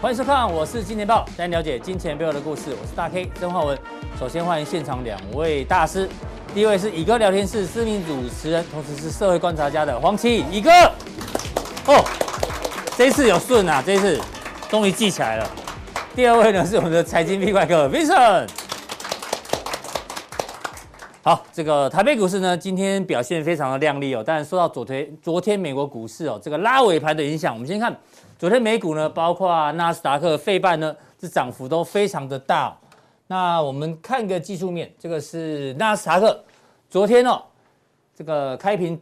欢迎收看，我是金钱豹，带您了解金钱背后的故事。我是大 K 曾焕文。首先欢迎现场两位大师，第一位是乙哥聊天室知名主持人，同时是社会观察家的黄奇乙哥。哦，这一次有顺啊，这一次终于记起来了。第二位呢是我们的财经 V 怪客 Vincent。好，这个台北股市呢，今天表现非常的亮丽哦。但受到昨天昨天美国股市哦这个拉尾盘的影响，我们先看昨天美股呢，包括纳斯达克、费半呢，这涨幅都非常的大哦、那我们看个技术面，这个是纳斯达克，昨天哦，这个开平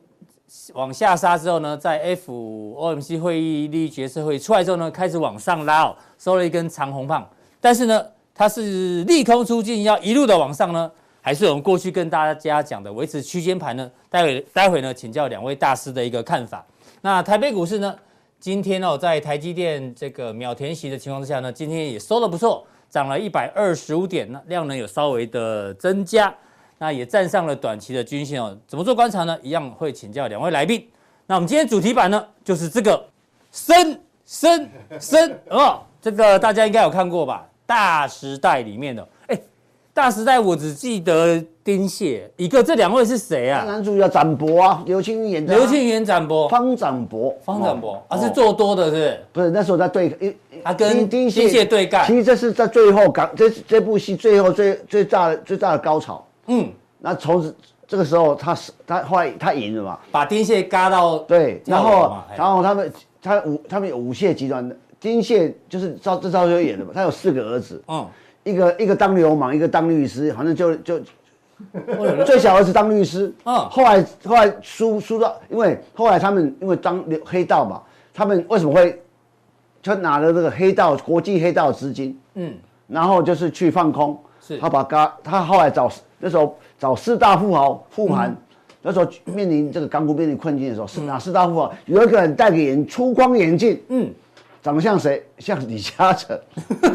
往下杀之后呢，在 FOMC 会议利率决策会议出来之后呢，开始往上拉哦，收了一根长红棒，但是呢，它是利空出尽，要一路的往上呢，还是我们过去跟大家讲的维持区间盘呢？待会待会呢，请教两位大师的一个看法。那台北股市呢，今天哦，在台积电这个秒填息的情况之下呢，今天也收的不错，涨了一百二十五点，那量能有稍微的增加。那也站上了短期的均线哦。怎么做观察呢？一样会请教两位来宾。那我们今天主题版呢，就是这个升升升哦，这个大家应该有看过吧？大时代里面的，哎，大时代我只记得丁蟹一个，这两位是谁啊？男主角展博啊，刘青云演的啊、刘庆元展博、方展博，方展博哦啊，是做多的是不是？不是那时候在对，因他跟因丁丁蟹对干其实这是在最后港这这部戏最后最最大的最大的高潮。嗯，那从此这个时候他是他后来他赢了嘛？把丁蟹嘎到对，然跳楼后嘛哎然后他们他五他们有五蟹集团的丁蟹就是赵这赵又演的嘛，他有四个儿子，嗯，一个一个当流氓，一个当律师，反正就就最小儿子当律师，嗯后来后来输输到，因为后来他们因为当流黑道嘛，他们为什么会就拿了这个黑道国际黑道资金，嗯，然后就是去放空，是他把嘎他后来找那时候找四大富豪富含。嗯那时候面临这个港股面临困境的时候，是哪四大富豪？有一个人戴个眼粗框眼镜，嗯，长得像谁？像李嘉诚。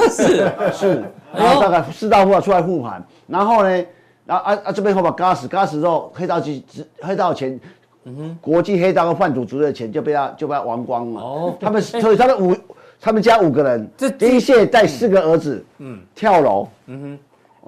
是是，哎呦然后大概四大户啊出来护盘，然后呢，然后啊啊这边后把嘎死，嘎死之后，黑道集黑道钱，国际黑道和贩毒族的钱就被他就被他玩光了。哦他们所以他们五，他们家五个人，这丁蟹带四个儿子，嗯，跳楼，嗯哼，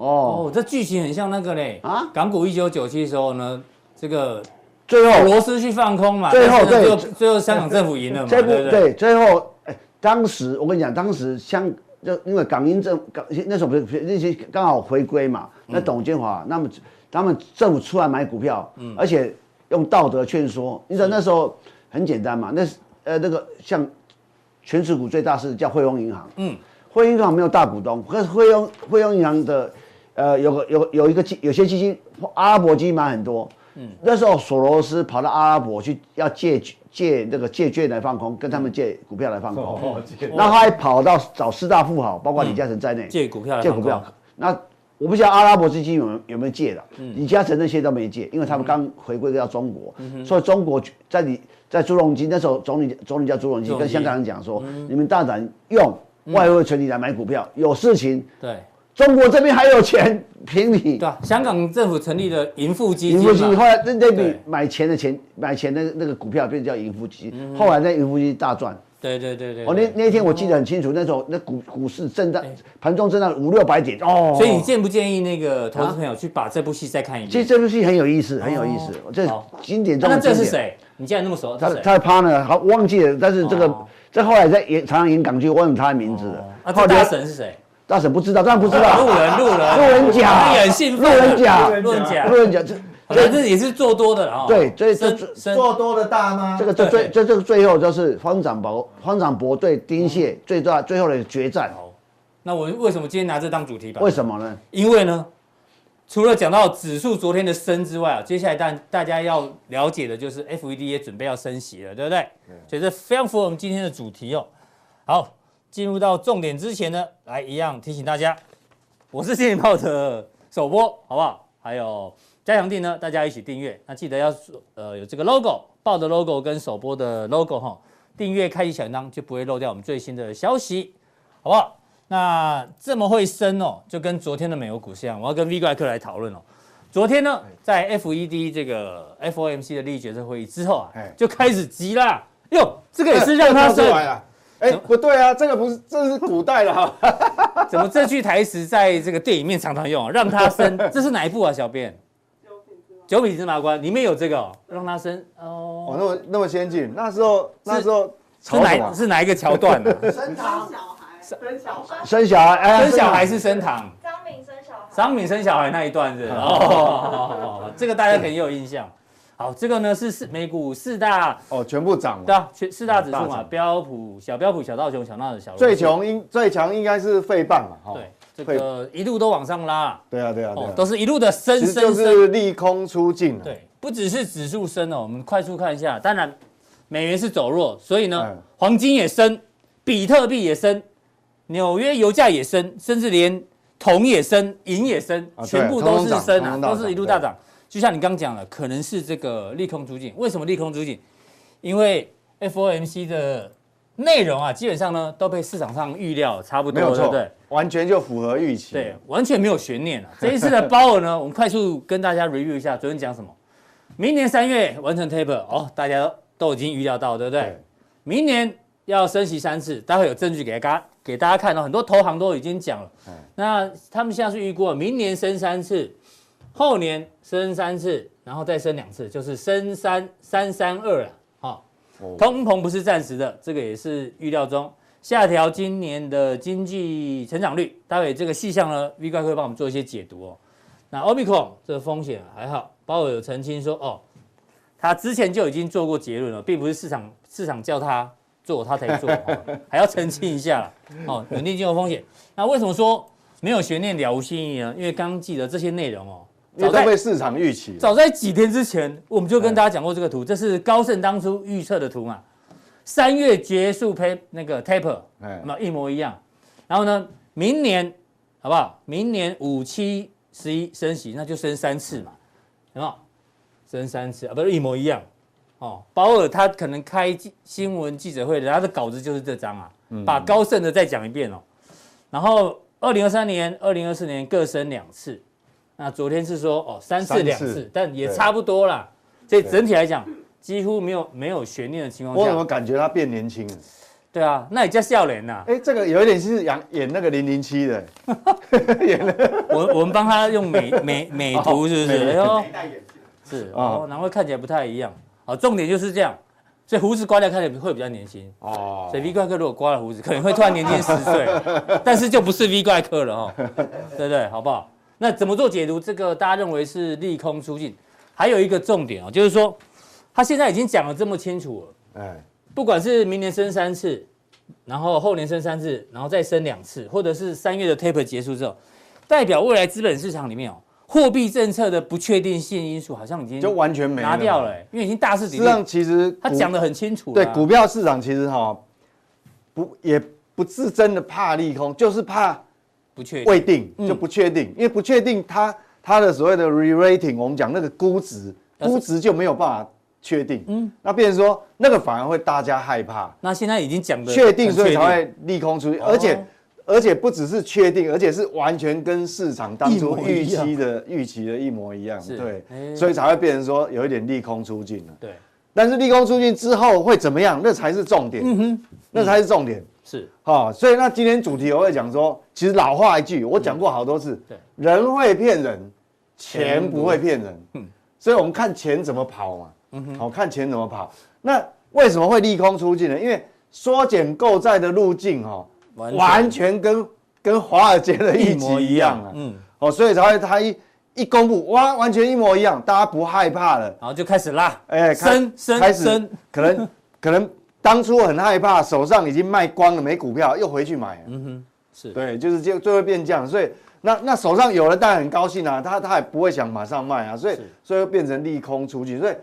哦，哦，这剧情很像那个嘞啊啊，港股一九九七的时候呢，这个最后罗斯去放空嘛，哦最后但是呢对最后最后香港政府赢了嘛，对这部不对？对最后，哎，当时我跟你讲，当时香就因为港英政港那时候不是不是那些刚好回归嘛，嗯那董建华那么他们政府出来买股票，嗯而且用道德劝说，你知道那时候很简单嘛，那是呃那个像全持股最大是叫汇丰银行，嗯，汇丰银行没有大股东，可是汇丰汇丰银行的呃有个有有一个基有些基金阿拉伯基金买很多，嗯，那时候索罗斯跑到阿拉伯去要借借那个借券来放空，跟他们借股票来放空，那他还跑到找四大富豪，包括李嘉诚在内、借股票来借放股空票，那。我不知道阿拉伯基金有没有有没有借的，嗯李嘉诚那些都没借，因为他们刚回归到中国，所以中国在你在朱镕基那时候总理总理叫朱镕基朱镕基嗯跟香港人讲说，你们大胆用外汇存底来买股票，有事情对中国这边还有钱 凭你对啊，香港政府成立了盈富基金盈嘛，富基金，后来那那笔对买钱的钱买钱的那个股票变成叫盈富基金，后来那盈富基金大赚。对对对对，哦，那对那天我记得很清楚，那时候那股股市震荡，盘中震荡五六百点哦。所以你建不建议那个投资朋友去把这部戏再看一其实遍？这部戏很有意思，很有意思哦，这是好经典啊中那的这经是典。谁？你既然那么熟，他是谁？啊他的 partner 好忘记了，但是这个哦这后来在演常常演港剧，忘了他的名字了。啊，后这来大神是谁？大婶不知道，当然不知路道。人，路人，路人甲他也很兴奋路人甲路人甲不，能讲这反正也是做多的啊。对这这深这深做多的大妈，这个这最这这个最后就是方长博方长博对丁嗯蟹最大最后的决战，好，那我为什么今天拿这当主题吧？为什么呢？因为呢，除了讲到指数昨天的升之外啊，接下来大大家要了解的就是 FED 也准备要升息了，对不对？所以这非常符合我们今天的主题哦。好，进入到重点之前呢，来一样提醒大家，我是电影报的首播，好不好？还有加强订呢，大家一起订阅。那记得要呃有这个 logo 报的 logo 跟首播的 logo 哈，订阅开启小铃铛就不会漏掉我们最新的消息，好不好？那这么会升哦，就跟昨天的美国股市一样，我要跟 V 怪客来讨论哦。昨天哎呢，在 FED 这个 FOMC 的利率决策会议之后啊哎，就开始急啦。哟，这个也是让它跳出升，来了，哎，不对啊，这个不是，这是古代的哈。 怎么这句台词在这个电影面常常用、啊？让它生， 这是哪一部啊？小便？九品芝麻官里面有这个、哦，让它生哦。哦，那么那么先进，那时候那啊时候是吵什哪么？是哪一个桥段呢、啊？生堂小孩，生小孩，生小孩，哎生小孩是升堂，张敏生小孩，张敏生小孩那一段是哦好，好好好好这个大家肯定有印象。好，这个呢是四美股四大哦，全部涨对了。啊，全四大指数大嘛，涨标普小标普、小道琼、小纳指、小罗素最穷应最强应该是费半嘛，哈。对这个一路都往上拉，对啊对啊对哦啊，，都是一路的升其实就升升。是利空出尽啊。对，不只是指数升哦，我们快速看一下，当然美元是走弱，所以呢嗯，黄金也升，比特币也升，纽约油价也升，甚至连铜也升，银也升，啊对全部都是升通啊，通大都涨是一路大涨。就像你刚讲了，可能是这个利空出尽。为什么利空出尽？因为 FOMC 的内容啊，基本上呢都被市场上预料差不没多有了，对不错对？，完全就符合预期。对，完全没有悬念啊！ 这一次的鲍尔呢，我们快速跟大家 review 一下昨天讲什么。明年三月完成 taper 哦，大家都已经预料到，对不对？对明年要升息三次，待会有证据给大家给大家看到、哦很多投行都已经讲了。那他们现在是预估了啊明年升三次，后年升三次，然后再升两次，就是升三三三二了。哦，哦通膨不是暂时的，这个也是预料中。下调今年的经济成长率，待会这个细项呢，V 怪会帮我们做一些解读哦。那 Omicron 这个风险还好，鲍尔有澄清说，哦，他之前就已经做过结论了，并不是市场市场叫他做他才做、 哦还要澄清一下啦。哦，稳定金融风险。那为什么说没有悬念了无新意呢？因为刚刚记得这些内容哦，因为都被市场预期了。早在几天之前，我们就跟大家讲过这个图，这是高盛当初预测的图嘛，三月结束 pay 那个 taper，哎那么一模一样。然后呢，明年好不好？明年五七十一升息，那就升三次嘛，有没有？升三次啊，不是一模一样哦。鲍尔他可能开记新闻记者会的，他的稿子就是这张啊，嗯把高盛的再讲一遍哦。然后二零二三年、二零二四年各升两次，那昨天是说哦三次三次两次，但也对差不多啦。所以整体来讲，几乎没有没有悬念的情况我怎么下，感觉他变年轻了？对啊，那也叫笑脸呐。哎，这个有一点是演演那个零零七的，我我们帮他用 美美美图是不哦美是？哎呦，没戴眼镜，是啊哦，难怪看起来不太一样。好，重点就是这样，所以胡子刮掉看起来会比较年轻。哦所以 V 怪客如果刮了胡子，可能会突然年轻十 岁，但是就不是 V 怪客了哦，对不对？好不好？那怎么做解读？这个大家认为是利空出尽，还有一个重点哦，就是说他现在已经讲的这么清楚了，哎，不管是明年升三次，然后后年升三次，然后再升两次，或者是三月的 taper 结束之后，代表未来资本市场里面哦，货币政策的不确定性因素好像已经就完全没拿掉了，欸，因为已经大势事已实上，定，其实他股讲的很清楚了对啊。股票市场其实哈，不也不是真的怕利空，就是怕不确定，嗯未定，就不确定，因为不确定它它的所谓的 re-rating，我们讲那个估值，但是估值就没有办法确定，嗯，那变成说那个反而会大家害怕，那现在已经讲的确定，所以才会利空出现，哦而且而且不只是确定，而且是完全跟市场当初一模预一样期的预期的一模一样，是哎对，所以才会变成说有一点利空出尽了。对但是利空出尽之后会怎么样？那才是重点，嗯哼，那才是重点。是好、所以那今天主题我会讲说，其实老话一句，我讲过好多次，对人会骗人，钱钱不不会骗人，嗯，所以我们看钱怎么跑嘛，嗯哼，好、看钱怎么跑。那为什么会利空出尽呢？因为缩减购债的路径哦，完完全全跟跟华尔街的预期一样啊，嗯，哦，所以才会他一一公布，哇，完全一模一样，大家不害怕了。然后就开始拉，哎，开升升开升始，可能 可能当初很害怕，手上已经卖光了，没股票，又回去买了。嗯哼，是对，就是就就会变这样，所以那那手上有了，当然很高兴啊，他他也不会想马上卖啊，所以是所以会变成利空出尽，所以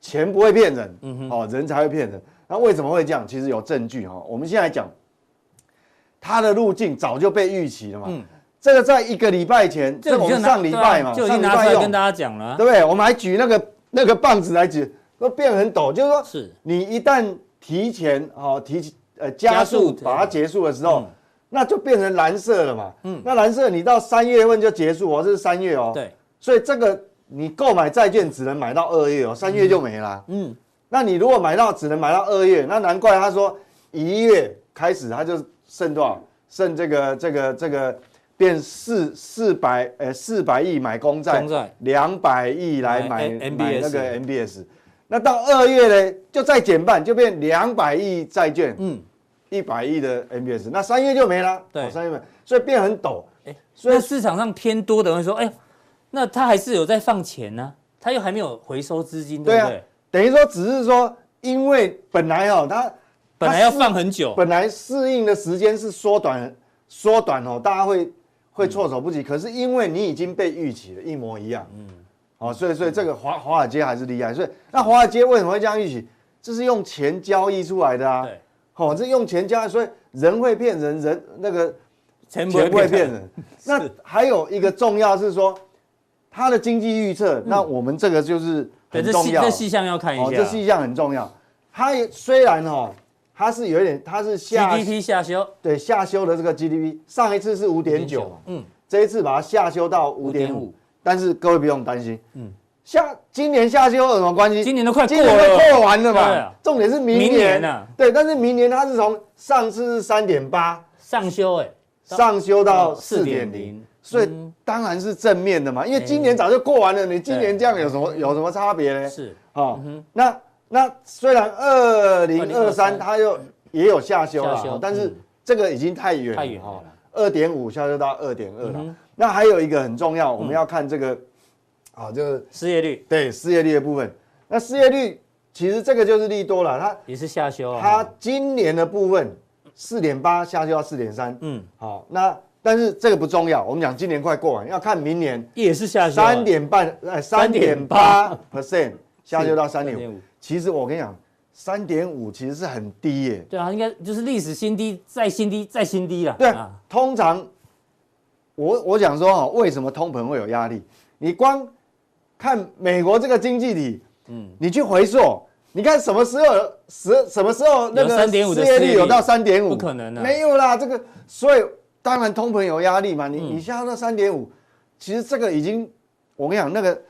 钱不会骗人，嗯哦，人才会骗人。那为什么会这样？其实有证据哈、哦，我们现在讲。它的路径早就被预期了嘛，这个在一个礼拜前，这嗯个个我你就们拿上礼对啊拜嘛，就已上经礼拿拜出来用跟大家讲了啊，对不对？我们还举那个那个棒子来举，都变很陡，就是说是你一旦提前哦提呃加加速嗯速对把它结束的时候，那就变成蓝色了嘛。嗯，那蓝色你到三月份就结束哦，这是三月哦。，对，所以这个你购买债券只能买到二月哦，三月就没啦。嗯，那你如果买到只能买到二月，那难怪他说一月开始它就剩多少？剩这个这个这个变四四百呃四百亿买公债，公债两百亿来买哎买 N- 买那 NBS 个 MBS。那到二月呢，就再减半，就变两百亿债券，嗯，一百亿的 MBS。那三月就没了，对哦三月没，所以变很陡。所以市场上偏多的人会说，哎呦，那他还是有在放钱呢、他又还没有回收资金，对对不啊对？，等于说只是说，因为本来哦，它本来要放很久，本来适应的时间是缩短，缩短哦，大家会会措手不嗯及。可是因为你已经被预期了，一模一样，嗯，哦，所以所以这个华华尔街还是厉害。所以那华尔街为什么会这样预期？这是用钱交易出来的啊，对，哦，这用钱交易，所以人会骗人，人那个钱钱不会骗人。 人。那还有一个重要是说，它的经济预测，那我们这个就是嗯对，很这重细要这。细项要看一哦，这下是一项很重要。它也虽然哦，它是有一点，它是下，GDP 下修，对下修的这个 GDP，上一次是五点九，嗯，这一次把它下修到五点5.5五，但是各位不用担心，嗯，下今年下修有什么关系？今年都快过今年都了，过完了对嘛啊，重点是明明年年啊对，但是明年它是从上次是三点八上修哎，上修到四点零4.0。所以嗯哎当然是正面的嘛，因为今年早就过完了，你今年对这样有什么有什么差别呢？是哦，那那虽然二零二2023三它又也有下修了，下修哦但嗯是这个已经太远太远了了，嗯二点五下修到二点二了。那还有一个很重要，我们要看这个，啊，这个失业率对失业率的部分。那失业率其实这个就是利多了，它也是下修啊，它今年的部分四点八下修到四点三，嗯嗯，好，那但是这个不重要，我们讲今年快过完，要看明年。也是下修啊，三点半，哎，三点八 percent 下修到三点3.5五。其实我跟你讲，三点五其实是很低耶。对啊，应该就是历史新低，再新低，再新低了。对，啊，通常我我想说哦，为什么通膨会有压力？你光看美国这个经济体，嗯，你去回溯，你看什么时候十什么时候那有个3.5的失业失业率率有到三点五？不可能啊没有啦，这个所以当然通膨有压力嘛。你、嗯你下到三点五，其实这个已经，我跟你讲那个。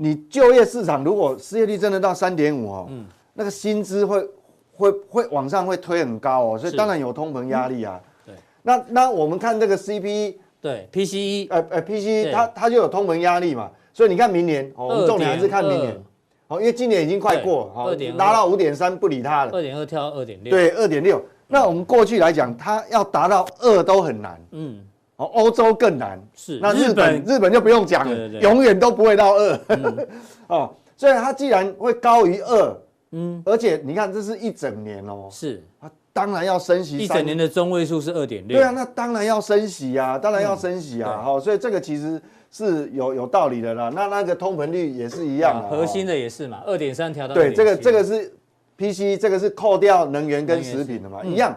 你就业市场如果失业率真的到三点五哦，嗯那个薪资会会会往上会推很高哦，所以是嗯当然有通膨压力啊。对，那那我们看这个 CPE，对，PCE E，呃呃对 PCE，它它就有通膨压力嘛，所以你看明年哦，我们重点还是看明2.2年，哦，因为今年已经快过了，哦2.2，达到五点三不理它了，二点二跳二点六，，对，二点六。那我们过去来讲，它要达到二都很难，嗯，哦，欧洲更难，是那日日本本日本就不用讲对了对对，嗯永远都不会到二。 哦，所以它既然会高于二，嗯，而且你看这是一整年哦，是它当然要升息一三整年的中位数是二点六，对啊，，那当然要升息啊，当然要升息啊，好、所以这个其实是有有道理的啦。那那个通膨率也是一样啊、核心的的也是嘛，二点三调到对这个2.7这个是 PC，这个是扣掉能源跟食品的嘛，一样。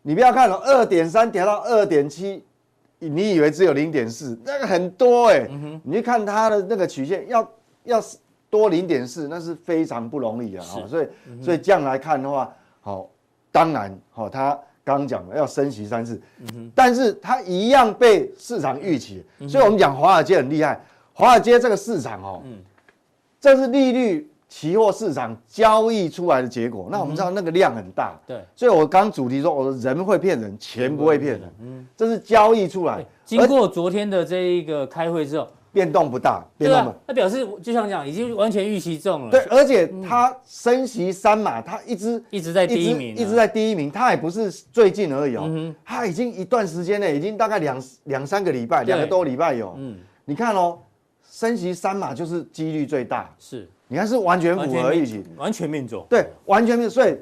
你不要看了、哦，二点三调到二点七，你以为只有零点四，那个很多哎、你去看它的那个曲线，要要是多零点四，那是非常不容易啊。是哦所以所以这样来看的话，好、当然好、它刚刚讲了要升息三次，嗯但是它一样被市场预期，嗯所以我们讲华尔街很厉害。华尔街这个市场哦，嗯这是利率期货市场交易出来的结果。那我们知道那个量很大，嗯对，所以我刚主题说，我说人会骗人，钱不会骗人，嗯，这是交易出来，经过昨天的这一个开会之后，变动不大，变对动啊不。，那表示就像讲已经完全预期中了，对，，而且嗯它升息三码，它一直一直在第一直名啊，嗯一直在第一名，它也不是最近而已哦，它已经一段时间内，已经大概两两三个礼拜，对两个多礼拜有。嗯你看哦，升息三码就是几率最大，是你看是完全完符全合预命期，完全命中，对，完全没有，所以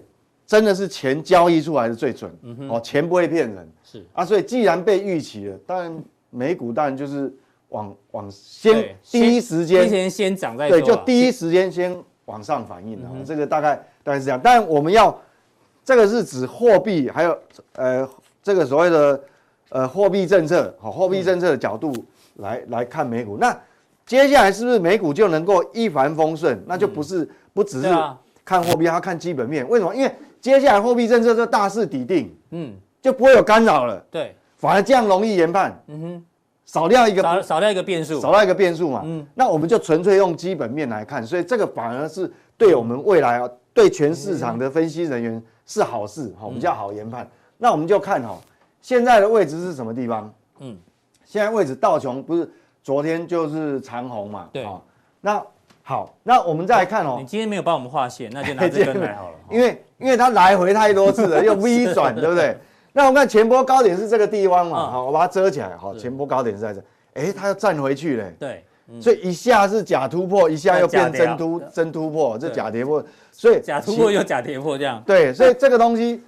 真的是钱交易出来的最准，哦，钱不会骗人嗯是啊，所以既然被预期了，当然美股当然就是往往先对第一时之间，前先涨再对，说就啊嗯第一时间先往上反应啊，这个大概大概是这样，但我们要这个是指货币还有呃这个所谓的呃货币政策，好，货嗯币政策的角度来、来看美股，那接下来是不是美股就能够一帆风顺？那就不是、不只是嗯对啊看货币，还要看基本面。为什么？因为接下来货币政策就大势底定，嗯就不会有干扰了，对，反而这样容易研判。嗯哼，少掉一个少少掉一个变数，少掉一个变数嘛。嗯那我们就纯粹用基本面来看，所以这个反而是嗯对我们未来啊，对全市场的分析人员是好事，好，比较好研判。那我们就看哦，现在的位置是什么地方？嗯嗯，现在位置道琼不是昨天就是长红嘛？对哦那好，那我们再来看哦你，今天没有帮我们划线，那就拿 这根来好了。因为因为它来回太多 次了，又 V 转，对不对？那我们看前波高点是这个地方嘛，嗯好，我把它遮起来，好，是前波高点是在这，哎，它又站回去嘞，对，所以一下是假突破，一下又变嗯假跌真突啊真突破，这对假跌破，所以假突破啊其又假跌破这样，对，所以这个东西，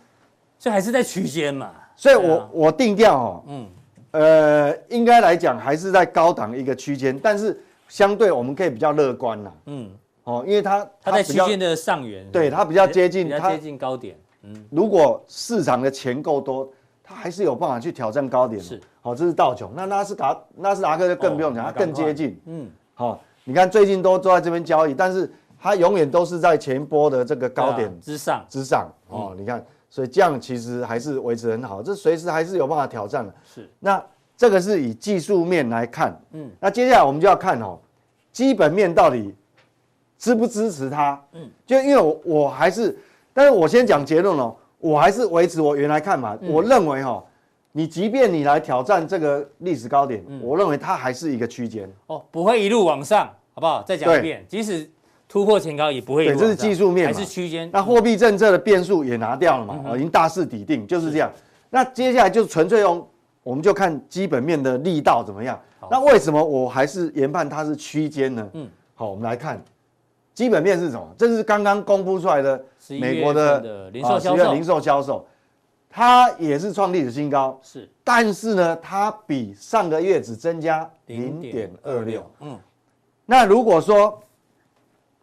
所以还是在区间嘛。所以我、对啊我定调哦，嗯，呃，应该来讲还是在高档一个区间，但是相对我们可以比较乐观啦，嗯，哦，因为它它在比区较间的上缘，对它比较接近比较它接近高点。嗯，如果市场的钱够多，它还是有办法去挑战高点。是，好、这是道琼。那纳斯达纳斯达克就更不用讲，哦它那赶更快接近。嗯，好、你看最近都都在这边交易，但是它永远都是在前波的这个高对点啊嗯之上，之上。哦，你看，所以这样其实还是维持很好，这随时还是有办法挑战的。是，那这个是以技术面来看，嗯嗯，那接下来我们就要看哦，基本面到底支不支持它？嗯，就因为我我还是，但是我先讲结论哦，我还是维持我原来看法，我认为哦，你即便你来挑战这个历史高点，我认为它还是一个区间，哦，不会一路往上，好不好？再讲一对遍，即使突破前高也不会一路对这是往上技术面还嘛是区间。那货币政策的变数也拿掉了嗯嘛，哦，已经大势底定，就是这样。那接下来就纯粹用，我们就看基本面的力道怎么样。那为什么我还是研判它是区间呢？嗯嗯，好，我们来看基本面是什么？这是刚刚公布出来的11美国月的份的零售销啊10月售零售销售，它也是创历史新高，是但是呢，它比上个月只增加零点二六0.26。嗯，那如果说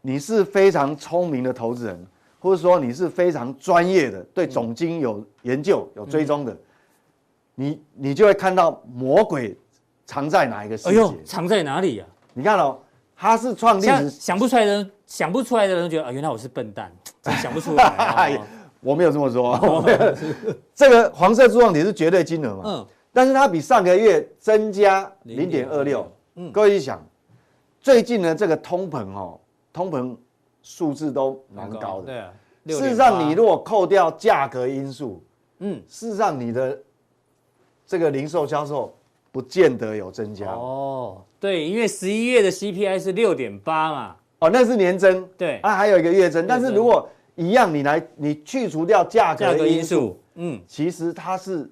你是非常聪明的投资人，或者说你是非常专业的，对总经有研究、有追踪的，你你就会看到魔鬼藏在哪一个细哎节。呦，藏在哪里呀？你看哦，它是创历像 史，想不出来的人，想不出来的人觉得啊，原来我是笨 蛋，真想不出来哎啊。我没有这么说，我没有 这个黄色柱状体是绝对金额嘛？嗯，但是它比上个月增加零点二六。嗯各位去想，最近呢这个通膨哦，通膨数字都蛮高的。对啊。事实上，你如如果扣掉价格因素，嗯事实上你的这个零售销售不见得有增加哦哦，对，因为十一月的 CPI 是六点八嘛，哦那是年增，对，啊，还有一个月增。但是增如果一样，你来你去除掉价价格格因因素，素，嗯，其实它是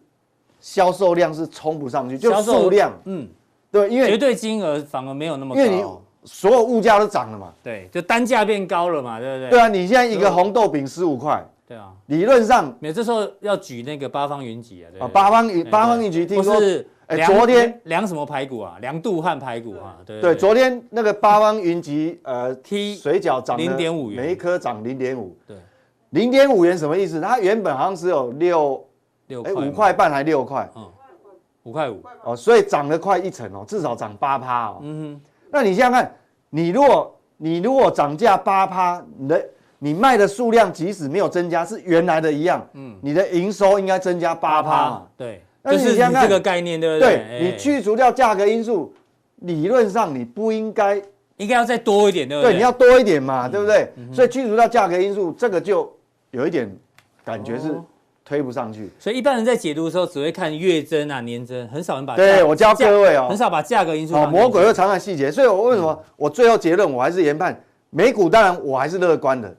销售量是冲不上去，就销售数量嗯，对，因为绝对金额反而没有那么因为你高，所有物价都涨了嘛。对，就单价变高了嘛，对不对？对啊，啊，你现在一个红豆饼十五块，对啊，理论上没有这时候要举那个八方云集啊，对不啊，对八方对一对八方一局听说或，是哎梁昨天梁什么排骨啊，梁杜汉排骨啊，对对，昨天那个八方云集呃 T 水饺涨了0.5元每一颗涨零点五，对零点五元什么意思？它原本好像只有六六哎块五嘛块半还六块五块五，哦，所以涨了快一成哦，至少涨八趴哦。嗯那你想想看，你如果你如果涨价八趴，你的你卖的数量即使没有增加，是原来的一样，嗯，你的营收应该增加八趴嘛哼，。对，但就是是你想想看这个概念，对不对对？哎你去除掉价格因素，理论上你不应该应该要再多一点，对不对？嗯对，你要多一点嘛，对不对？所以去除掉价格因素，这个就有一点感觉哦是推不上去。所以一般人在解读的时候，只会看月增啊、年增，很少人把对价我教各位哦很少把价格因素好，放进去。魔鬼会藏在细节，所以我为什么嗯我最后结论我还是研判美股，当然我还是乐观的，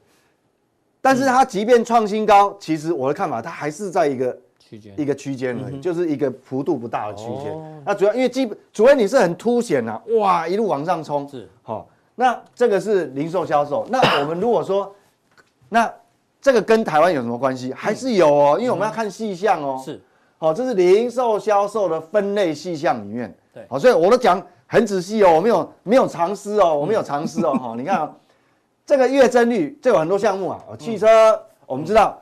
嗯但是它即便创新高，其实我的看法它还是在一个区间一个区间而已，就是一个幅度不大的区嗯哦间。那主要因为基本，除非你是很凸显啊，哇，一路往上冲，是好、那这个是零售销售。那我们如果说，那这个跟台湾有什么关系？还是有哦，因为我们要看细项哦。，嗯是好、这是零售销售的分类细项里面。对好、所以我都讲很仔细哦，我没有没有藏私哦，我没有藏私哦。 哈、你看、哦，这个月增率，这有很多项目啊，哦汽车、嗯我们知道，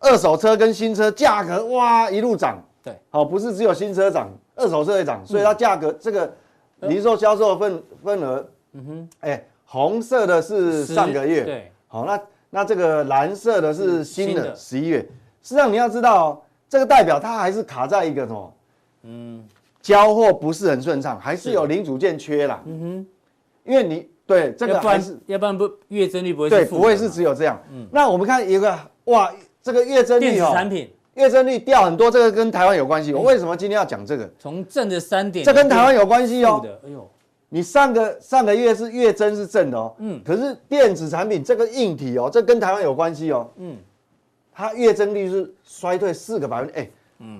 二手车跟新车价格哇一路涨。对，嗯好、不是只有新车涨，二手车也涨，所以它价格、这个零售销售的份份额，嗯哼，哎，红色的是上个月，十对，好，那那这个蓝色的是嗯新新的的十一月，事实际上你要知道、哦，这个代表它还是卡在一个什么，嗯，交货不是很顺畅，还是有零组件缺啦，嗯哼，因为你对这个要不还是然要不然不月增率不会对，是负啊的不会嘛是只有这样。那我们看一个哇，这个月增电率子哦，产品嗯月增率掉很多，这个跟台湾有关系。我为什么今天要讲这个？从正的三点，这跟台湾有关系有哦。的，哎呦，你上个上个月是月增是正的哦，嗯可是电子产品这个硬体哦，这跟台湾有关系哦，嗯，它月增率是衰退四个百分，哎，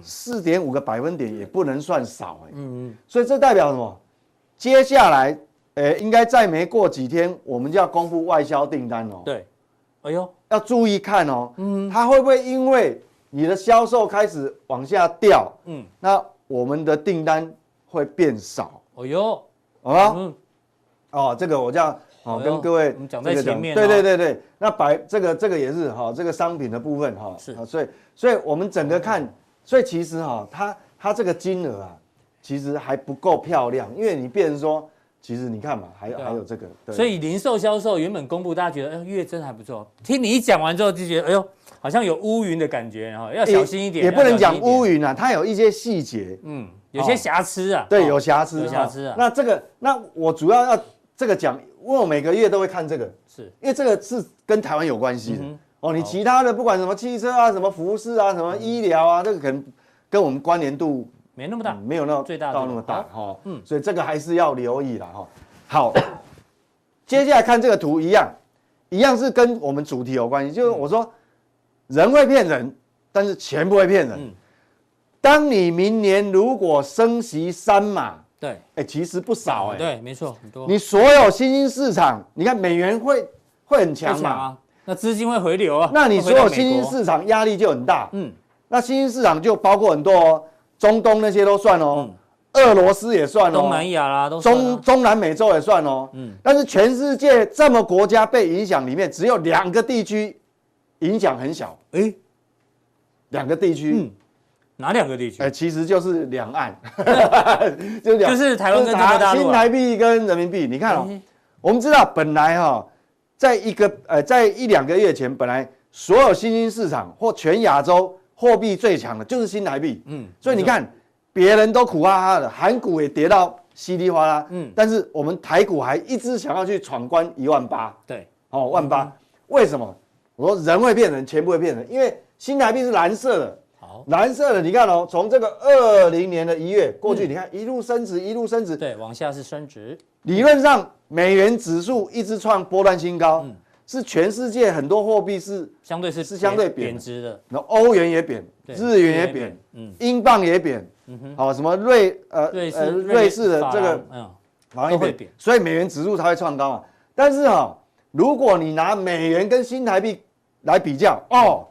四点五个百分点也不能算少哎，嗯所以这代表什么？接下来，呃，应该再没过几天，我们就要公布外销订单哦嗯，，对，嗯哎呦，要注意看哦，它会不会因为你的销售开始往下掉，嗯，那我们的订单会变少，哎呦，好吗？嗯，哦，这个我这样哦哎，呦跟各位我们讲在这个前面哦对对对对，那白这个这个也是哈、这个商品的部分哈、是嗯啊所以所以我们整个看，所以其实哈、它它这个金额啊，其实还不够漂亮，因为你变成说，其实你看嘛，还有、对啊还有这个，对所以零售销售原本公布，大家觉得哎呦月增还不错，听你一讲完之后就觉得哎呦，好像有乌云的感觉，然后要小心一点，也不能讲乌云，云啊，它有一些细节，嗯，有些瑕疵啊，对，哦有瑕疵，有瑕疵啊哦那这个那我主要要这个讲，因为我每个月都会看这个，是，因为这个是跟台湾有关系的。嗯哦，你其他的不管什么汽车啊、什么服饰啊、什么医疗啊，这个可能跟我们关联度没那么大嗯，没有那最大的到那么大好嗯哈、哦所以这个还是要留意啦哈、好，接下来看这个图一样，一样是跟我们主题有关系，就是我说、人会骗人，但是钱不会骗人。嗯当你明年如果升息三码，对，哎、其实不少哎、对，没错，很多你所有新兴市场，你看美元会会很强会嘛、抢啊，那资金会回流啊， 那你会所回到有美新兴国，市场压力就很大。嗯，那新兴市场就包括很多哦，中东那些都算哦，俄罗斯也算哦，嗯东南亚啦，都算啊中中南美洲也算哦。嗯但是全世界这么国家被影响里面，只有两个地区影响很小，哎，两个地区，嗯哪两个地区哎、？其实就是两 岸，就是两就是台湾跟中国大陆啊新台币跟人民币。你看哦，哎我们知道本来哈、在一个呃，在一两个月前，本来所有新兴市场或全亚洲货币最强的就是新台币，嗯嗯，所以你看别人都苦哈哈的，韩股也跌到稀里哗啦，嗯嗯，但是我们台股还一直想要去闯关一万八，对，哦，万八，嗯为什么？我说人会变人，钱不会变人，因为新台币是蓝色的，好，蓝色的你看哦，从这个二零年的一月过去，你看一路升值，一路升值，嗯对，往下是升值，理论上，美元指数一直创波段新高，嗯是全世界很多货币是，相对是是相对贬贬贬值的，然后欧元也贬，对日日元也元也贬贬，嗯英镑也贬，好、什么瑞呃瑞士呃瑞士的法这个郎嗯，好像也都会贬贬所以美元指数它会创高啊。但是哈、如果你拿美元跟新台币来比较，嗯哦，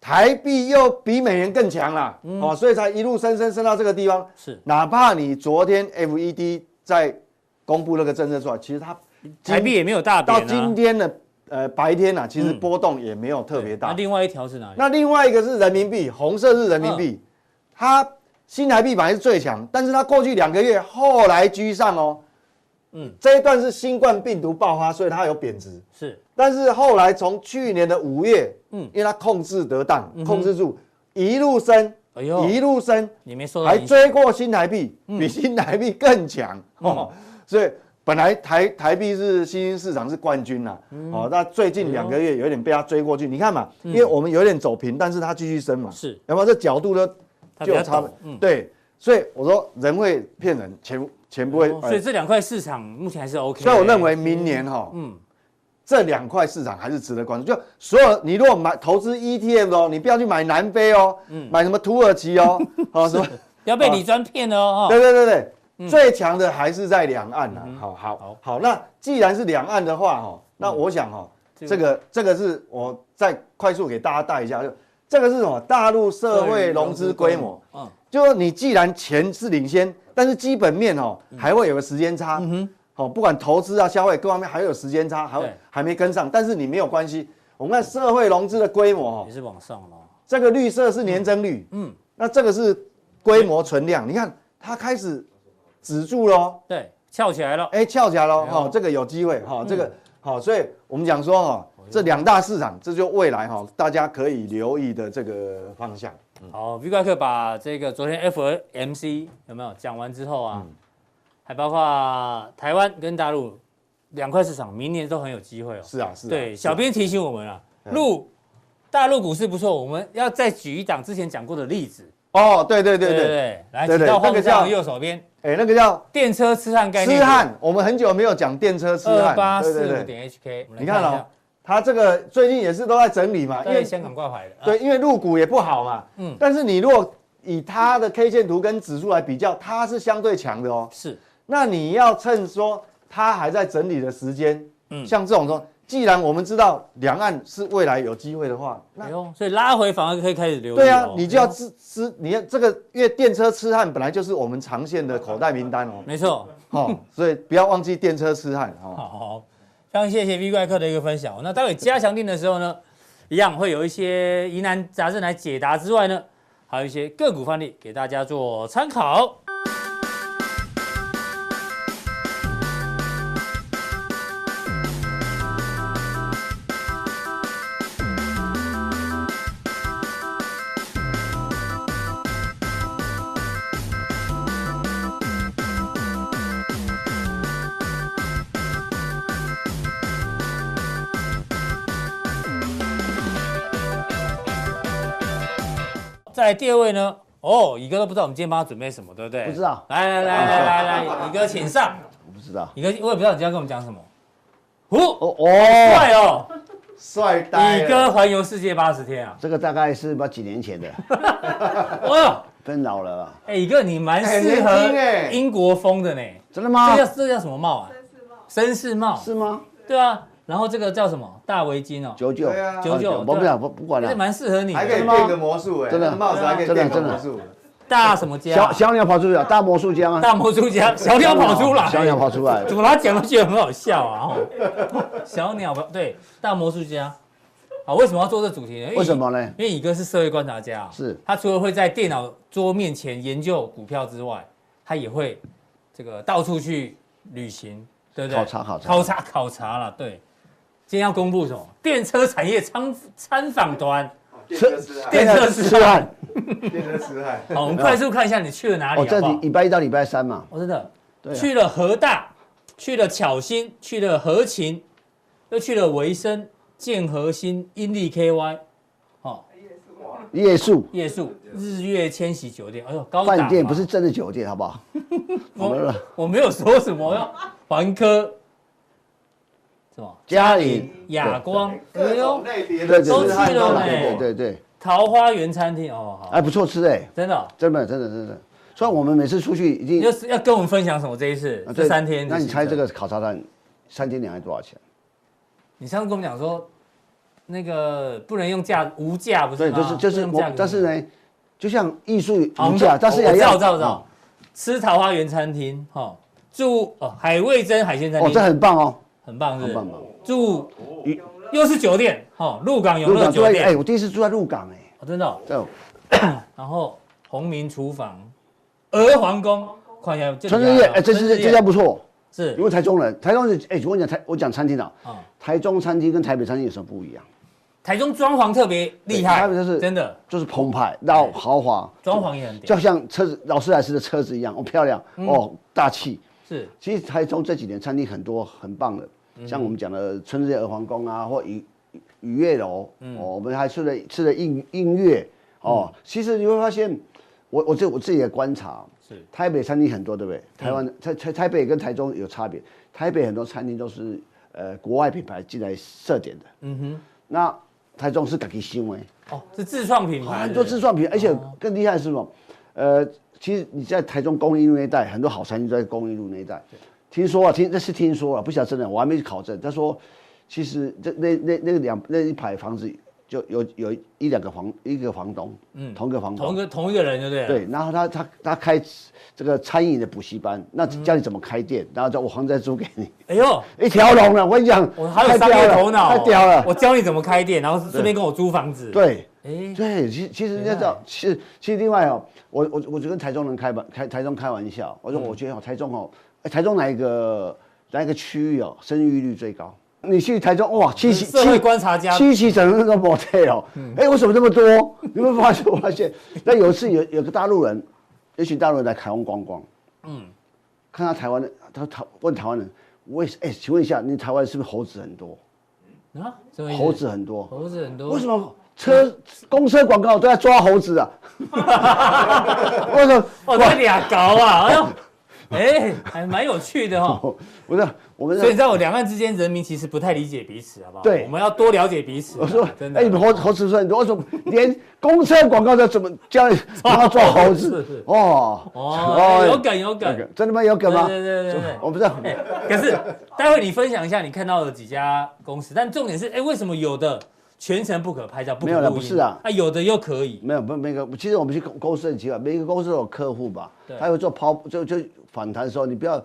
台币又比美元更强啦，嗯哦，所以才一路升升升到这个地方。是哪怕你昨天 FED 在公布那个政策出来，其实它台币也没有大贬到啊，今天的呃白天啊，其实嗯波动也没有特别对大。那另外一条是哪里？那另外一个是人民币，红色是人民币，它新台币本来是最强，但是它过去两个月后来居上哦。嗯嗯，这一段是新冠病毒爆发，所以它有贬值。是但是后来从去年的五月，嗯嗯，因为它控制得当，控制住，一路升，哎呦一路升，你没受到还影响，追过新台币，嗯比新台币更强、哦。所以本来台台币是新兴市场是冠军啦、嗯哦，那最近两个月有点被它追过去。你看嘛，因为我们有点走平，但是它继续升嘛，是有没有？这角度呢它比就较有差陡别，嗯对。所以我说人会骗人，钱钱不会。哦所以这两块市场目前还是 OK，哎所以我的认为明年哈、嗯嗯，这两块市场还是值得关注。就所有你如果买投资 ETF 哦，你不要去买南非哦，嗯买什么土耳 其哦，好、什么。不要被李专骗了哦，嗯对对对对，最强的还是在两岸呐、啊好好好嗯好那既然是两岸的话，哈，那我想哈、这个这个这个是我再快速给大家带一下，就这个是什么？大陆社会融资规模。，嗯，就说你既然钱是领先，但是基本面哦嗯还会有个时间差，好、不管投资啊、消费各方面还会有时间差，还会对还没跟上，但是你没有关系。我们看社会融资的规模哦也，是往上了哦，这个绿色是年增率，嗯，那这个是规模存量，你看它开始止住喽，对，翘起来了，哎，翘起来喽，哎呦嗯哈、这个有机会哈、这个好、所以我们讲说哈、这两大市场，这就未来哈、哦大家可以留意的这个方向。好，V 怪客把这个昨天 FOMC 有没有讲完之后啊，嗯还包括台湾跟大陆两块市场，明年都很有机会哦。是啊，是啊，对，是啊小编提醒我们啊，录大陆股市不错，我们要再举一档之前讲过的例子，哦，对对对对对，对，来，对请对到那晃个向叫右手边，哎，那个叫电车痴汉概念痴股，汉，我们很久没有讲电车痴二汉，八对四对五对，点 HK，我们来你看一哦下，，它这个最近也是都在整理嘛，因在为香港挂牌的，啊对，因为入股也不好嘛，嗯嗯，但是你如果以它的 K 线图跟指数来比较，它是相对强的哦，是那你要趁说它还在整理的时间，嗯嗯，像这种说，既然我们知道两岸是未来有机会的话，那哎呦，所以拉回反而可以开始留意对啊哦，你就哎要知知，你要这个，因为电车痴汉本来就是我们长线的口袋名单哦，哎没错，哦，所以不要忘记电车痴汉哦。好好，哎非常谢谢 V 怪客的一个分享哦。那待会加强定的时候呢，一样会有一些疑难杂症来解答之外呢，还有一些个股范例给大家做参考。再来第二位呢，哦，宇哥都不知道我们今天帮他准备什么，对不对？不知道来来来来来来，宇哥请上。我不知道。宇哥，我也不知道你今天要跟我们讲什么。哦，哦哦，帅哦，帅呆宇了！哥环游世界八十天啊！这个大概是不知道几年前的，哎呦，真老了啦，哎，宇哥你蛮适哎年轻合哎英国风的呢。真的吗这？叫这叫什么帽啊？真是帽，绅士帽。是吗？对啊，然后这个叫什么大围巾哦，九九对啊九九啊我不对啊想不不管还是了。蛮适合你还可以的。变个魔术哎，真的那个帽子还可以变个真的魔术。大什么小家？小鸟跑出去了，大魔术家啊，啊大魔术家，小鸟跑出来，小鸟跑出来了怎么他讲都觉得很好笑啊？哦小鸟跑对，大魔术家。啊，为什么要做这主题呢？因为什？么呢？因为乙哥是社会观察家啊，是他除了会在电脑桌面前研究股票之外，他也会这个到处去旅行，对不对？考察考察考察考察了，对。今天要公布什么？电车产业参参访团。电车电车啊痴痴汉，汉。电车痴汉。好，我 们快速看一下你去了哪里哦，好这不哎好哦礼？礼拜一到礼拜三嘛，我真的对啊去了和大，去了巧新，去了和勤，又去了维生、建和新、英利 KY，哦，夜宿夜宿、日月千禧酒店，哎呦，高档饭店嘛不是真的酒店，好不好？我们了 我没有说什么哟，环科，什么嘉陵亚光，哎各呦种，类 别对的对痴汉都去了都呢来对过。对对，桃花源餐厅，哦，好，哎，不错吃哎，真的哦，真的真的真的。所以我们每次出去一定你要是要跟我们分享什么这一次啊这对三天？那你猜这个？考察团三天两夜多少钱？你上次跟我们讲说，那个不能用价无价，不是对，吗？就是就不是能用价我，但是呢，就像艺术无好价，但是哦我也知道要哦我知道我知道，吃桃花源餐厅，哈，住哦海味珍海鲜餐哦，这厅，很棒哦，很棒，是很不棒是？哦棒。住一又是酒店，哈，鹿港游鹿乐港住酒在哎，店，我第一次住在鹿港哎，哦真的哦。这种然后鸿明厨房、娥皇宫，看一下这春里日来夜了哎，这春是日这宴家不错，因是为台中人，台中人哎，我跟你讲台我讲餐厅啊，啊，台中餐厅跟台北餐厅有什么不一样？台中装潢特别厉害，对台北就是真的就是澎湃，然后豪华，哎装潢也很屌嗯就，像车子劳斯莱斯的车子一样，哦漂亮哦大气。是其实台中这几年餐厅很多很棒的，像我们讲的春日夜儿皇宫啊，或雨雨雨月楼，哦，我们还吃了吃了映映月，哦，其实你会发现，我我这我自己的观察，是台北餐厅很多，对不对？台湾台台台北跟台中有差别，台北很多餐厅都是呃国外品牌进来设点的，嗯哼，那台中是自己行为，哦，是自创品牌，很多自是创品，而且更厉害的是什么？呃，其实你在台中公益路那一带，很多好餐厅都在公益路那一带。听说啊，听这是听说啊，不晓得真的，我还没去考证。他说，其实这那那那个两那一排房子就有有一一两个房一个房东，嗯，同一个不房是同一东，个同一个人，对不对？，对。然后他他他开这个餐饮的补习嗯班，那教你怎么开店，然后叫我房子再租给你，哎呦，一条龙啊了。我跟你讲，我还有太商屌业了头脑哦，太屌了，我教你怎么开店，然后顺便跟我租房子。，对。哎，对，其其实那叫其实其实另外哦，我我我就跟台中人开玩开台中开玩笑，我说嗯我觉得哦，台中哦，哎台中哪一个哪一个区域哦，生育率最高？你去台中哇，七七社会七观察家嗯七七整个那个 motel，哦哎，为什么这么多？ 你会发现发现，那有一次有有个大陆人，有一群大陆人来台湾观光，嗯，看到台湾的，他他问台湾人，为什哎，请问一下，你台湾是不是猴子很多？啊，什么意思猴子很多，猴子很多，为什么车公车广告都在抓 猴子啊！为什么？哦，这俩搞 啊，哎呦，哎，还蛮有趣的哈、我不是我们所以你知道，我两岸之间人民其实不太理解彼此，好不好？对我们要多了解彼此啊。我说，真的，哎，你们猴猴子说，我说连公车广告都怎么叫你然后抓猴是子是？ 哦哦，有梗有梗，真的吗？有梗吗？对对对对对我不知道。哎 可是待会你分享一下你看到的几家公司，但重点是，哎，为什么有的全程不可拍照，不可没有啦录音不是啊有的又可以，没有，不，每个其实我们去公公司很奇怪，每个公司都有客户吧对，他有做抛就就反弹的时候，你不要，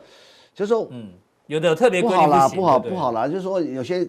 就说嗯，有的有特别不规好定啦，行不好，对不好啦，就是说有些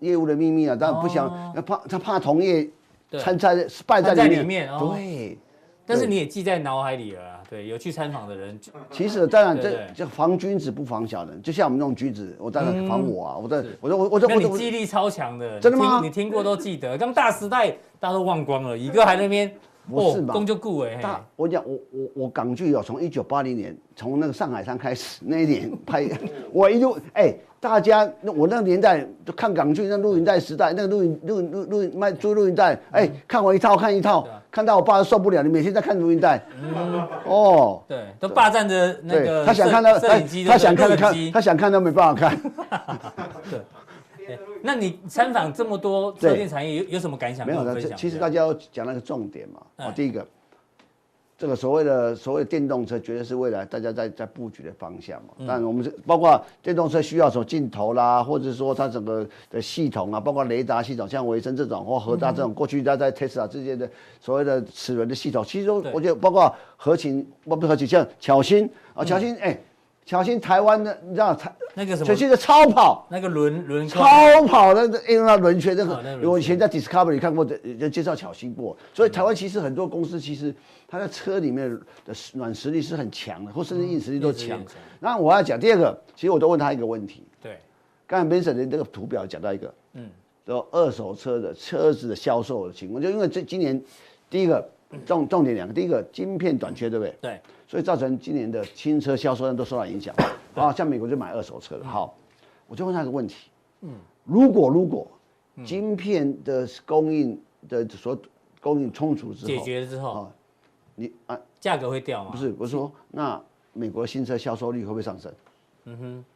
业务的秘密啊，当然不想哦，怕他怕同业对参在败在掺在里里面面，哦对。但是你也记在脑海里了啊，对，有去参访的人就其实当然对这对这防君子不防小人，就像我们这种君子，我当然嗯防我啊！我在我说我我说那我你说记忆力超强的，真的你听吗你听过都记得，刚大时代大家都忘光了，一个还在那边，不是吧公就顾哎，嘿大我讲我我我港剧有从一九八零年从那个上海滩开始那一年拍， 我一路哎、大家那我那个年代就看港剧，那录影带时代，那个录影录影录录影卖租录影带，哎、看我一套看一套嗯啊，看到我爸都受不了，你每天在看录影带，哦。对，都霸占着那对个他想摄看到摄他影机，他想看的的看，他想看都没办法看。那你参访这么多对车电产业，有有什么感想？没有跟我的，分这享其实一下大家要讲那个重点嘛。哎哦，第一个，这个所谓的所谓的电动车，绝对是未来大家在在布局的方向嗯嘛。但我们是包括电动车需要什么镜头啦，或者说它整个的系统啊，包括雷达系统，像维森这种或和嗯大这种，过去它在 Tesla 之间的所谓的齿轮的系统，其实都对我觉得包括合情，不不是合情，像巧芯啊，巧芯哎，巧芯台湾的，你知道台那嗯个什巧么芯的超跑。那个轮轮框，超跑的那用那轮圈，那哦那轮个圈我以前在 Discovery 看过的，人介绍巧芯过，所以台湾其实很多公司其实它在车里面的软实力是很强的，或甚至硬实力都硬实强力很强。那我要讲第二个，其实我都问他一个问题，对，刚才 Vincent 的这个图表讲到一个，嗯嗯，就二手车的车子的销售的情况，就因为这今年第一个重重点两个，第一个晶片短缺，对不对？对，所以造成今年的新车销售量都受到影 响。啊，像美国就买二手车嗯了。好，我就问他一个问题，嗯，如果如果嗯晶片的供应的所供应充足之后，解决了之后啊，你啊价格会掉吗？不是，我说那美国新车销售率会不会上升？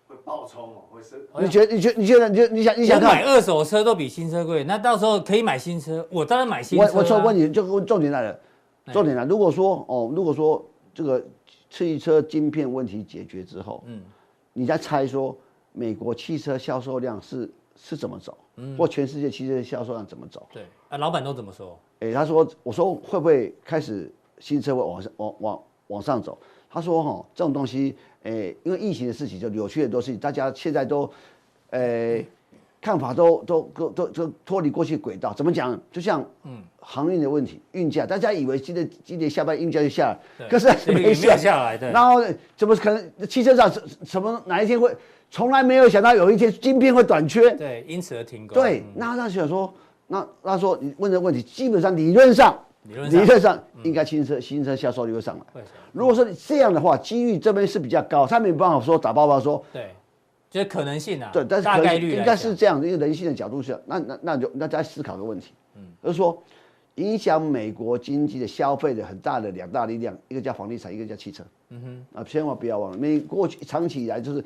会爆冲哦，会升。哎你觉得你觉得你觉得你觉得你想你我想买看？二手车都比新车贵，那到时候可以买新车，我当然买新车我啊。哎我说问你，就问重点来了，重点来了，如果说哦，如果说这个汽车晶片问题解决之后，嗯你在猜说美国汽车销售量是是怎么走，嗯或全世界汽车销售量怎么走？对啊，老板都怎么说？诶，他说，我说会不会开始新车会往上往往往上走？他说哈、这种东西，诶，因为疫情的事情就扭曲很多事情，大家现在都，诶，看法都都都都都脱离过去轨道。怎么讲？就像嗯，航运的问题，运价，大家以为今年今年下半年运价就下对来，可是还是也没没下下来对然后呢怎么可能？汽车厂什什么哪一天会？从来没有想到有一天晶片会短缺。对，因此而停工。对，嗯那他想说，那他说你问的问题，基本上理论上，理论上嗯应该新车新车销售率会上来。为什么如果说你这样的话，机遇这边是比较高，他没办法说打包包说。对，就是可能性啊，对，但是大可能概率来应讲该是这样，因为人性的角度下，那那那就那再思考个问题，嗯就是说，影响美国经济的消费的很大的两大力量，一个叫房地产，一个叫汽车。嗯哼，啊，千万不要忘了，美过去长期以来就是，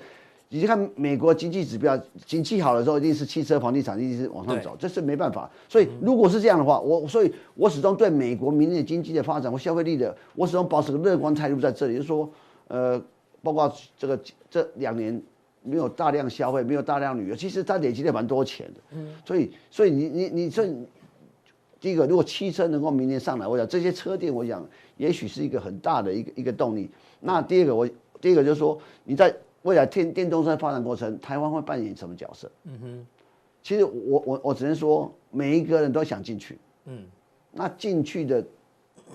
你去看美国经济指标，经济好的时候一定是汽车、房地产一定是往上走，这是没办法。所以如果是这样的话，我所以我始终对美国明年经济的发展或消费力的，我始终保持个乐观态度在这里，就是说，呃，包括这个这两年没有大量消费，没有大量旅游，其实它累积了蛮多钱的。所以所以你你你这第一个，如果汽车能够明年上来，我想这些车店，我想也许是一个很大的一个一个动力。那第二个，我第一个就是说，你在未来电电动车发展过程，台湾会扮演什么角色？嗯哼，其实我我我只能说，每一个人都想进去。嗯嗯，那进去的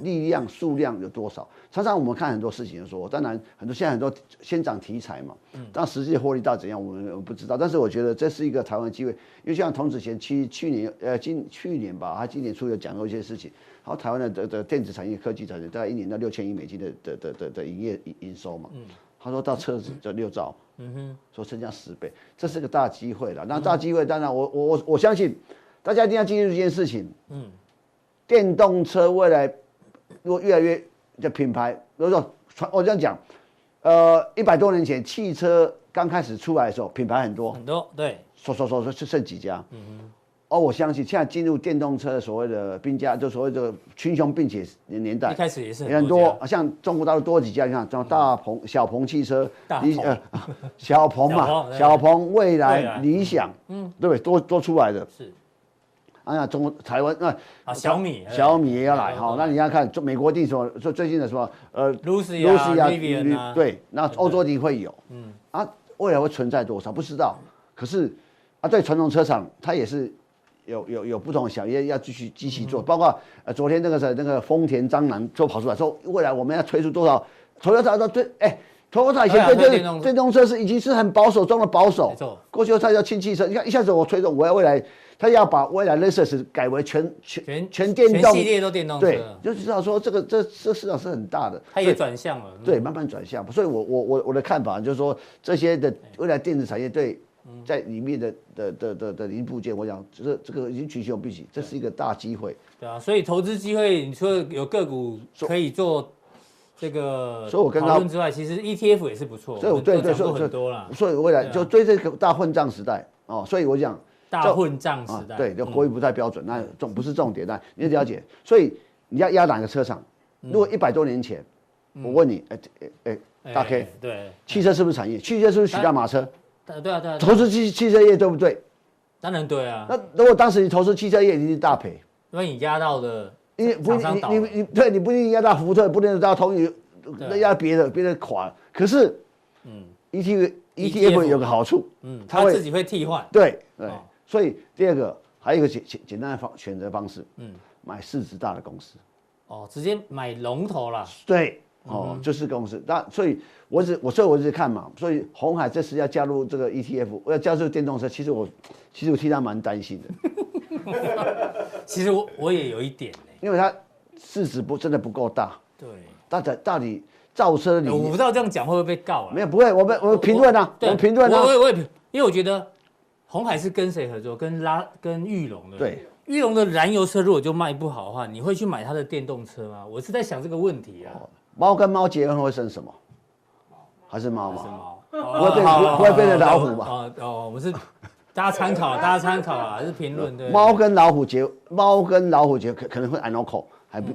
力量数量有多少？常常我们看很多事情的时候，当然很多现在很多先涨题材嘛，但实际获利到怎样，我们我们不知道。但是我觉得这是一个台湾的机会，因为像童子贤去去年呃今去年吧，他今年初有讲过一些事情，然后台湾的的的电子产业、科技产业大概一年到六千亿美金的的的的的营业营营收嘛，他说到车子就六兆，嗯哼，说增加十倍，这是个大机会了。那大机会当然我我我我相信大家一定要记住一件事情，嗯，电动车未来如果越来越的品牌，如果传我这样讲，呃，一百多年前汽车刚开始出来的时候，品牌很多，很多对，说说说说就剩几家。嗯而我相信现在进入电动车的所谓的兵家，就所谓的群雄并起的年代一，开始也是也很多多家，，嗯像中国大陆多几家，你看，像大鹏、小鹏汽车大，理鹏呃，小鹏小嘛鹏，对小鹏、蔚蔚来来、理想，嗯，对不对？多多出来的，是啊，那中国台湾那啊，小米，小米也要来对哈，那你要看中美国地什么，最最近的什么呃 Lucy 啊 Lucy 啊 Rivian 啊你对，那欧洲的会有，嗯，啊，未来会存在多少不知道，可是啊，对传统车厂它也是有有有不同的想要要继续继续嗯做，包括呃昨天那个是那个丰田章男就跑出来说，未来我们要推出多少，Toyota 说最哎。Toyota 以哎前呀对对电电动车电动车是已经是很保守中的保守没错，过去它叫氢气车，你看一下子我推动，我要未来，它要把未来 Lexus 改为全全全全电动全系列都电动对车，，就知道说这个这这市场是很大的，它所也以转向了，嗯对慢慢转向，所以我我我我的看法就是说这些的未来电子产业对嗯在里面的的的的的零部件，我想这这个已经群雄并起，这是一个大机会，对啊，所以投资机会，你除了有个股可以做这个所以我跟他讨论之外，其实 ETF 也是不错，所以我们对都对，讲所以过很多啦，所以未来对啊就追这个大混账时代哦，所以我讲啊大混账时代，对，就嗯国语不太标准，那重不是重点，那你了解，所以你要压哪个车厂？嗯如果一百多年前，我问你，哎哎哎，大哎 K，对，汽车是不是产业？汽车是不是取代马车？对啊对啊对啊，投资汽汽车业对不对？当然对啊，那如果当时你投资汽车业，你是大赔，因为你压到的因为不一厂商定倒你了你你对你不一定压到福特，不一定压到通宇，对压别的别的垮。可是，嗯，ETF ETF ETF 有个好处，E 嗯，它它会自己会替换，对对哦，所以第二个还有一个简简简单的方选择方式，嗯，买市值大的公司，哦，直接买龙头啦，对。嗯哦，就是公司，那所以我只我所以我只是看嘛，所以红海这次要加入这个 ETF，我要加入电动车，其实我其实我替他蛮担心的， 其实我我也有一点呢，因为它市值不真的不够大，对。大家到底造车理哎我不念知道这样讲会不会被告啊？没有不会，我们我们评论啊，我对们评论我啊，我我也评，因为我觉得红海是跟谁合作？跟拉跟玉龙的。对，玉龙的燃油车如果就卖不好的话，你会去买它的电动车吗？我是在想这个问题哦啊。猫跟猫结婚会生什么？还是猫是嘛？吗？哦不会变好不好不会变成好好老虎吧哦哦，我是大家参 考，大家参考啊，还是评论对。猫跟老虎结，猫跟老虎结可可能会 an o c o 还不，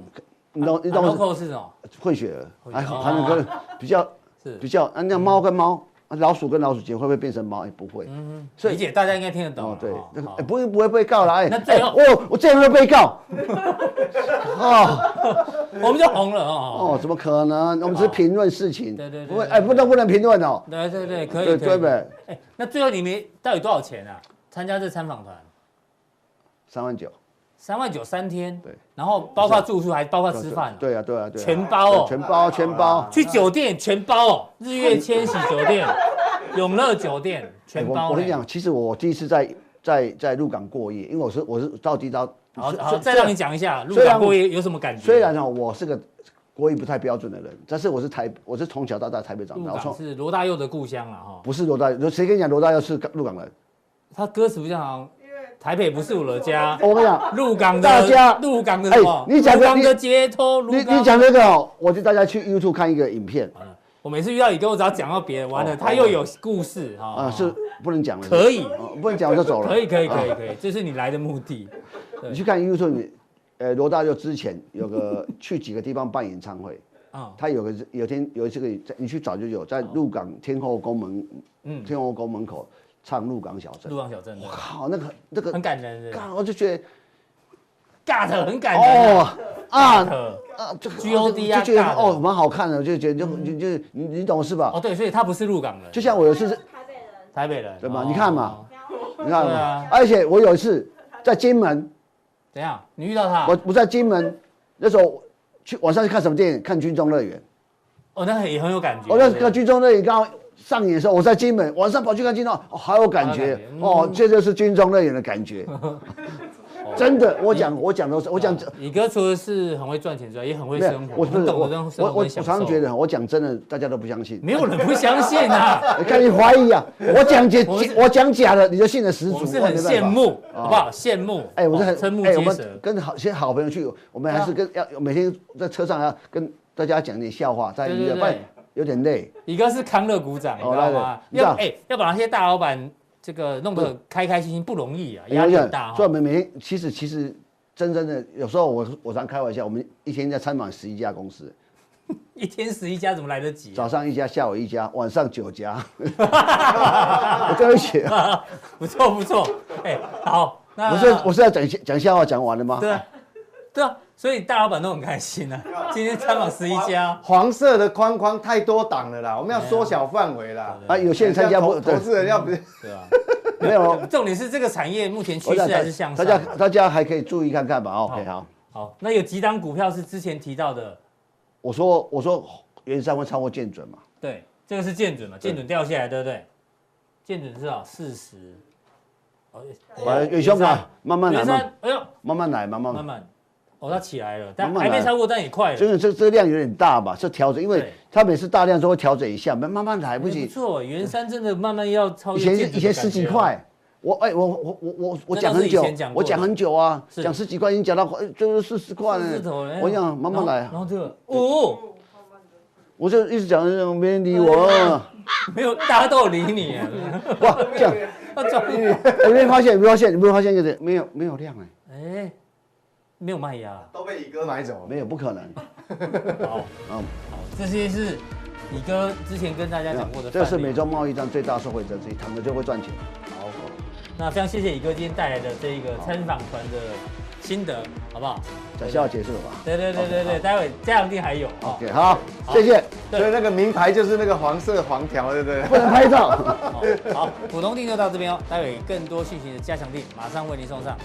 你懂嗯你啊懂 Loco 是什么？混血儿，哎还哦还能跟比较是比较，啊嗯那猫跟猫，啊老鼠跟老鼠结会不会变成猫？也哎不会，所以理解大家应该听得懂哦啊。对好，那个嗯好哎不会不会被告啦，哎那最后哎我我这样会被告， 哦。我们就红了哦。哦，怎么可能？我们只是评论事情，对对对不会，对哎，不能不能评论哦，对对对，可以。对可对以呗，哎，那最后你们到底多少钱啊？参加这参访团？三万九，三万九三天，对，然后包括住宿，还包括吃饭，，对啊对啊对啊，全包哦全包全包，去酒店全包哦，日月千禧酒店、永乐酒店全哎我包。我跟你，讲，其实我第一次在在在鹿港过夜，因为我是我是到地到，哎好虽好，再虽让然你讲一下鹿虽然港过夜有什么感觉？虽然呢，哦我是个国语不太标准的人，但是我是台我是从小到大台北长鹿大，我港从是罗大佑的故乡啊，哈，不是罗大佑，谁跟你讲罗大佑是鹿港人？他歌词不像好因为像台北不是我的家，我跟你讲，鹿港大家的鹿港的什么？哎你讲鹿的港的你街头，你鹿港你。讲这个哦，我就大家去 YouTube 看一个影片完了我每次遇到你，跟我只要讲到别人，完了哦他又有故事哈。啊，哈是哦不能讲的，哦可以，哦不能讲我就走了，啊可以，可以，可以，可以，这是你来的目的。对你去看 YouTube，你呃，罗大佑之前有个 去几个地方办演唱会，啊，他有个有天有这个，在你去找就有，在鹿港天后宫门，嗯天后宫门口唱《鹿港小镇鹿》，港小镇的我，靠，那个那个很，感人的。干我就觉得 God 很感人啊哦啊 God 啊， 这个 GOD 啊就觉得尬的哦蛮好看的，就觉得就就就你你懂是吧哦，？对，所以他不是鹿港人，就像我有一次是是，台北人，台北人，对吧哦你看嘛，哦你看哎对嘛啊，而且我有一次在金门，怎样？你遇到他？我我在金门那时候去晚上去看什么电影？看《军中乐园》。哦，那也很有感觉。我那个对不对军中乐园刚好上演的时候，我在金门，晚上跑去看金钟，哦，好有感好有觉感觉嗯哦，这就是军中乐园的感觉。哦真的，我讲我讲都是我讲啊你哥除了是很会赚钱之外，也很会生活，我不很是懂我得让生我我活我很享受常常觉得我讲真的，大家都不相信。没有人不相信 啊，你看你怀疑 啊，我讲假我们是我讲假的，你就信了十足，我们是很没办法羡。慕，好不好？羡慕，哎，我是哦很瞠目哎，我结们舌。啊跟好些好朋友去，我们还是跟要每天在车上要跟大家讲点笑话，在对娱对乐，对不然有点累。你哥是康乐鼓掌，你哦知道来来吗？你知要道哎，要把那些大老板这个弄得开开心心不容易啊，哎压力很大所以哈我。们每天其实其实真正的有时候我我常开玩笑，我们一天在参访十一家公司，一天十一家怎么来得及啊？早上一家，下午一家，晚上九 家。我对不起，啊不错不错，哎，好，那我是我是要讲讲笑话讲完了吗？对啊对啊，所以大老板都很开心啊。今天参访十一家，黄色的框框太多档了啦，我们要缩小范围啦。啊，有些人参加不人家投对投，资人要不是对啊，没 有。哦重点是这个产业目前趋我势想还是向大上家的。大家还可以注意看看吧。OK，好，哦好，那有几档股票是之前提到的，我说我说元山会超过建准嘛？对，这个是建准嘛，建准掉下来，对不对？建准是啊，四十。哦我元凶啊，，慢慢来元嘛，山，哎呦，慢慢来，慢慢慢来。慢，哦，它起来了，但慢慢还没来超过，但也快这了。个这这量有点大吧？这调整，因为对它每次大量都会调整一下，慢慢慢来不哎行不。错，元山真的慢慢要超越以前建准是的以前感十几觉了，啊块，我哎我我我我我这讲都是很久以前讲，过我的讲很久啊，是讲十几块已经讲到快哎就是四十块四字了。头了。哎我想慢慢来啊然后然后这个，哦，我就一直讲，哎没人理我，啊哎没有，大家都有理你啊， 哇，这样 要装 哎，没有发现，没有发现，你没有发现一个没有没有量哎，哎，没有卖压。都被乙哥买走了。没有不 可能。好，嗯好，这些是你哥之前跟大家讲过的。这是美。洲贸易战最大受惠者之一，躺着就会赚钱。好，那非常谢谢乙哥今天带来的这一个参访团的心得，好不好？讲笑话结束了吧对对对对对，待会嘉阳定还有。哦？OK，好，谢谢，对所以那个名牌就是那个黄色黄条，对不对？不能拍照。 好，好，普通定就到这边哦，待会更多讯息的加强定马上为您送上。